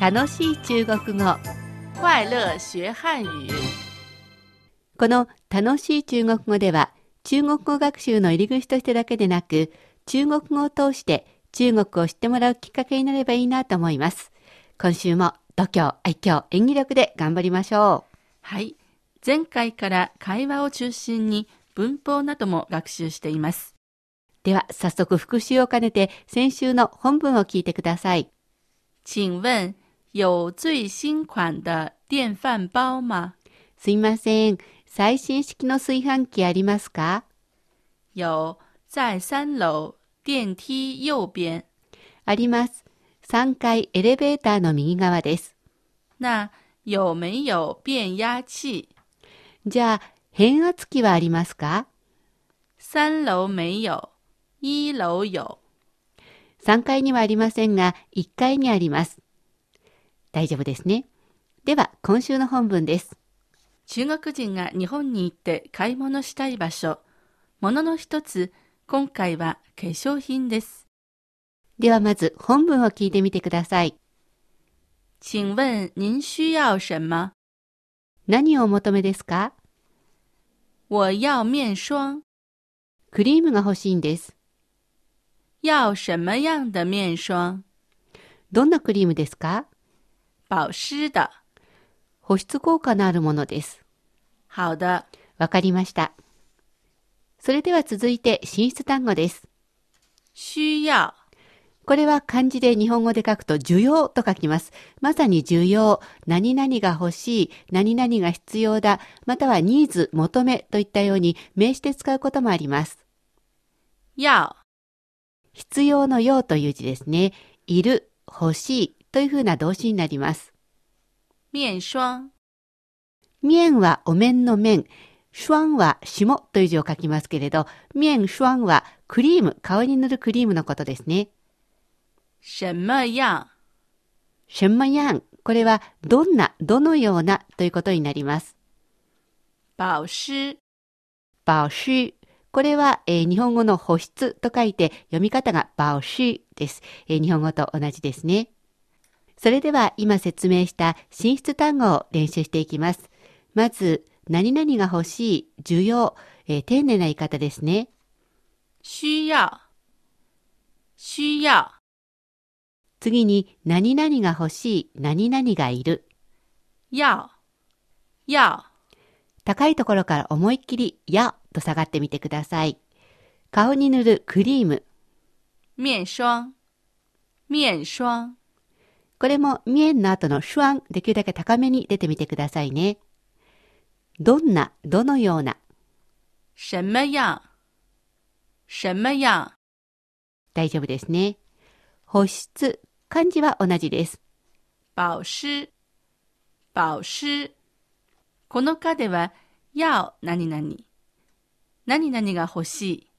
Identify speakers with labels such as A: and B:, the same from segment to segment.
A: 楽しい中国語
B: 快乐学汉语。
A: この楽しい中国語では中国語学習の入り口としてだけでなく中国語を通して中国を知ってもらうきっかけになればいいなと思います今週も度胸愛嬌演技力で頑張りましょう
B: はい。前回から会話を中心に文法なども学習しています。
A: では早速復習を兼ねて先週の本文を聞いてください
B: 请问有最新款的电饭煲吗？
A: すいません最新式の炊飯器ありますか
B: 有，在三楼电梯右边。
A: あります3階エレベーターの右側です
B: 那有没有变压器？
A: じゃあ変圧器はありますか
B: 三楼没有，一楼有。
A: 3階にはありませんが、1階にあります。大丈夫ですね。では、今週の本文です。
B: 中国人が日本に行って買い物したい場所。ものの一つ、今回は化粧品です。
A: では、まず本文を聞いてみてください。
B: 请问您需要什么？
A: 何をお求めですか
B: 我要面霜，
A: クリームが欲しいんです。
B: 要什么样的面霜？
A: どんなクリームですか
B: 保湿的。
A: 保湿効果のあるものです。
B: 好的，
A: わかりました。それでは続いて進出単語です。
B: 需要
A: これは漢字で日本語で書くと需要と書きます。まさに需要、何々が欲しい、何々が必要だ、またはニーズ、求めといったように名詞で使うこともあります。
B: 要
A: 必要の要という字ですね。いる、欲しいというふうな動詞になります。
B: 面霜。
A: 面はお面の面、霜は霜という字を書きますけれど、面霜はクリーム、顔に塗るクリームのことですね。
B: 什么样？
A: シェンマヤン、これはどんな、どのようなということになります。
B: 保湿。
A: 保湿。これは、えー日本語の保湿と書いて読み方が保湿です、えー日本語と同じですね。それでは今説明した進出単語を練習していきます。まず、何々が欲しい、需要、えー丁寧な言い方ですね。
B: 需要需要
A: 次に、何々が欲しい、何々がいる。
B: 要要
A: 高いところから思いっきり、やと下がってみてください。顔に塗るクリーム。
B: 面霜面霜
A: これも、ミエンの後のシュワン、できるだけ高めに出てみてくださいね。どんな、どのような。
B: 什么样什么样
A: 大丈夫ですね。保湿、漢字は同じです。
B: 保湿保湿この課では要何々何々が欲しい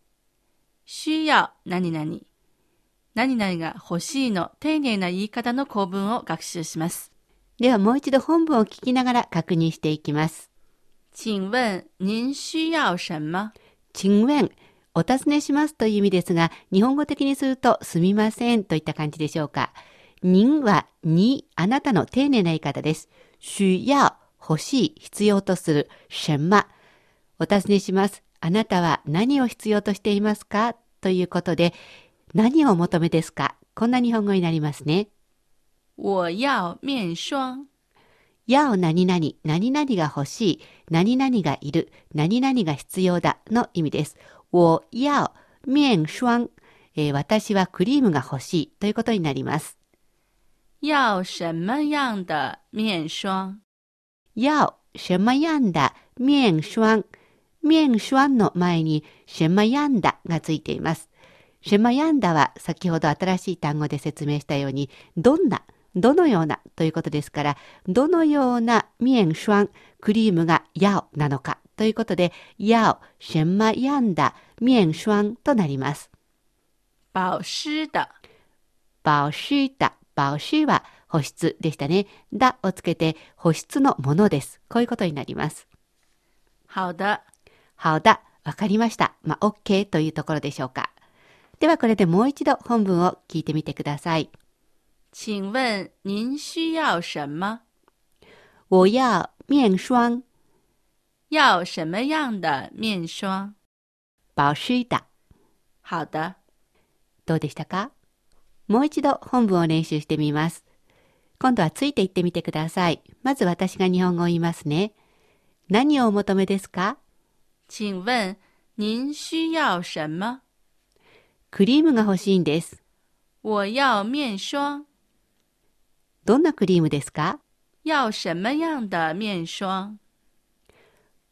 B: 需要何々何々が欲しいの丁寧な言い方の構文を学習します。
A: ではもう一度本文を聞きながら確認していきます。
B: 请问您需要什么？
A: チンウェン、お尋ねしますという意味ですが、日本語的にすると、すみませんといった感じでしょうか。人は、に、あなたの丁寧な言い方です。需要、欲しい、必要とする、什么。お尋ねします。あなたは何を必要としていますかということで、何をお求めですかこんな日本語になりますね。
B: 我要面霜。
A: やを何々、何々が欲しい、何々がいる、何々が必要だの意味です。我要面霜、えー私はクリームが欲しいということになります。
B: 要什么样的面霜？
A: 要什么样的面霜面霜の前に什么样だがついています。什么样だは先ほど新しい単語で説明したように、どんな、どのようなということですから、どのような面霜クリームがやおなのかということで、やお什么样だ面霜となります。
B: 保湿的。
A: 保湿だ、保湿は保湿でしたね。だをつけて保湿のものです。こういうことになります。
B: 好的，
A: 好だ、わかりました。まあ、OK というところでしょうか。ではこれでもう一度本文を聞いてみてください。
B: 请问您需要什么？
A: 我要面霜。
B: 要什么样的面霜？
A: 保湿だ。
B: 好的，
A: どうでしたかもう一度本文を練習してみます。今度はついていってみてください。まず私が日本語を言いますね。何をお求めですか
B: 请问您需要什么？
A: クリームが欲しいんです。
B: 我要面霜，
A: どんなクリームですか
B: 要什么样的面霜？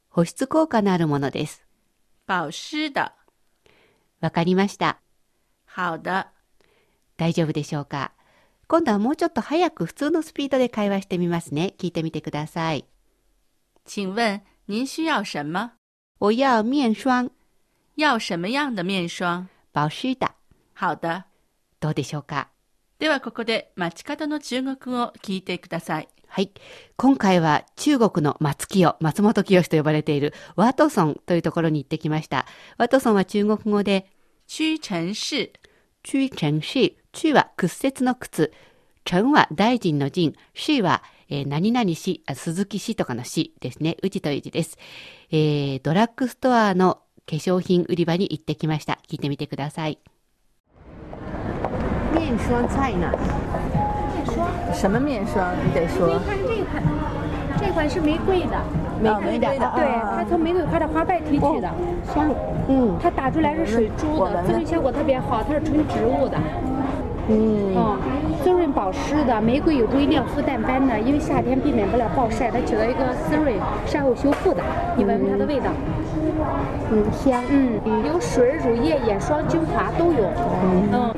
A: 保湿効果のあるものです。
B: 保湿的。
A: わかりました。
B: 好的，
A: 大丈夫でしょうか今度はもうちょっと早く普通のスピードで会話してみますね。聞いてみてください。
B: 请问您需要什么？
A: おや面霜、
B: 要什么样的面霜？
A: 保湿だ。
B: 好的。
A: どうでしょうか
B: ではここで街角の中国語を聞いてください。
A: はい。今回は中国の松清、松本清と呼ばれているワトソンというところに行ってきました。ワトソンは中国語で、
B: 屈臣氏、
A: 中臣氏、中は屈折の靴、臣は大臣の陣、氏は、えー何々氏、あ鈴木氏とかの氏ですね。うちという字です、えードラッグストアの化粧品売り場に行ってきました。聞いてみてください。面霜菜呢？
B: 什么面霜？你得说
C: 看这款，这款是玫瑰的，
A: 啊玫瑰的
B: 嗯
C: 对，它从玫瑰花的花瓣提取的，香，
A: 哦嗯
C: 它打出来是水珠
B: 我闻
C: 的，
B: 闻
C: 滋润效果特别好，它是纯植物的，
A: 嗯，
C: 嗯，滋润保湿的，玫瑰有助于亮肤淡斑的，因为夏天避免不了暴晒，它起到一个滋润、晒后修复的，你闻闻它的味道，
A: 嗯香
C: 嗯，有水、乳液、眼霜、精华都有，嗯，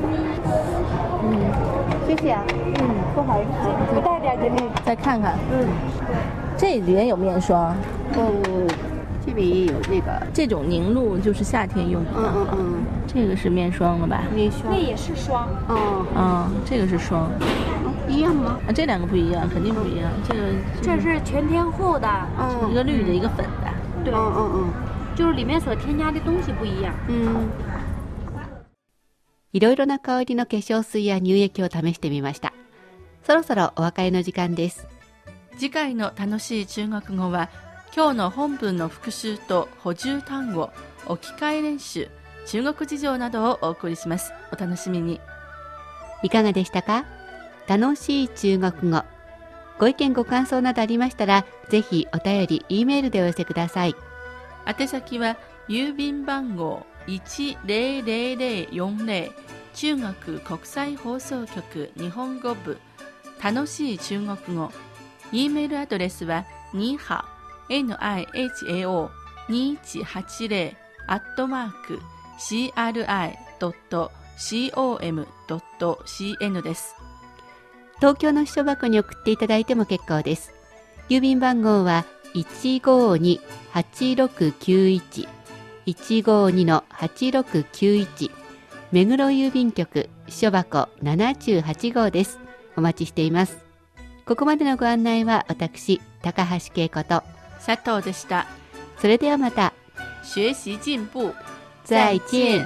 A: 谢谢啊。
C: 不带点给你，
B: 再看看。嗯，这里面有面霜，
A: 哦，这边也有那个，
B: 这种凝露就是夏天用的。
A: 嗯嗯嗯，
B: 这个是面霜了吧？
A: 面霜
C: 那，也是霜，
A: 哦，
B: 嗯，这个是霜啊，
A: 一样吗？
B: 这两个不一样，肯定不一样。这个
C: 这是全天候的，
A: 嗯
B: 一个绿的，一个粉的。
C: 对，
A: 嗯嗯
C: 就是里面所添加的东西不一样。
A: 嗯嗯。いろいろな香りの化粧水や乳液を試してみました。そろそろお別れの時間です。
B: 次回の楽しい中国語は、今日の本文の復習と補充単語、置き換え練習、中国事情などをお送りします。お楽しみに。
A: いかがでしたか楽しい中国語。ご意見ご感想などありましたら、ぜひお便り、E メールでお寄せください。
B: 宛先は郵便番号100040中国国際放送局日本語部楽しい中国語 E メールアドレスはには nihao2180 アットマーク cri.com.cn です
A: 東京の秘書箱に送っていただいても結構です。郵便番号は152-8691 152-8691目黒郵便局秘書箱78号です。お待ちしています。ここまでのご案内は私、高橋恵子と、
B: 佐藤でした
A: それではまた、
B: 学習進步
A: 再见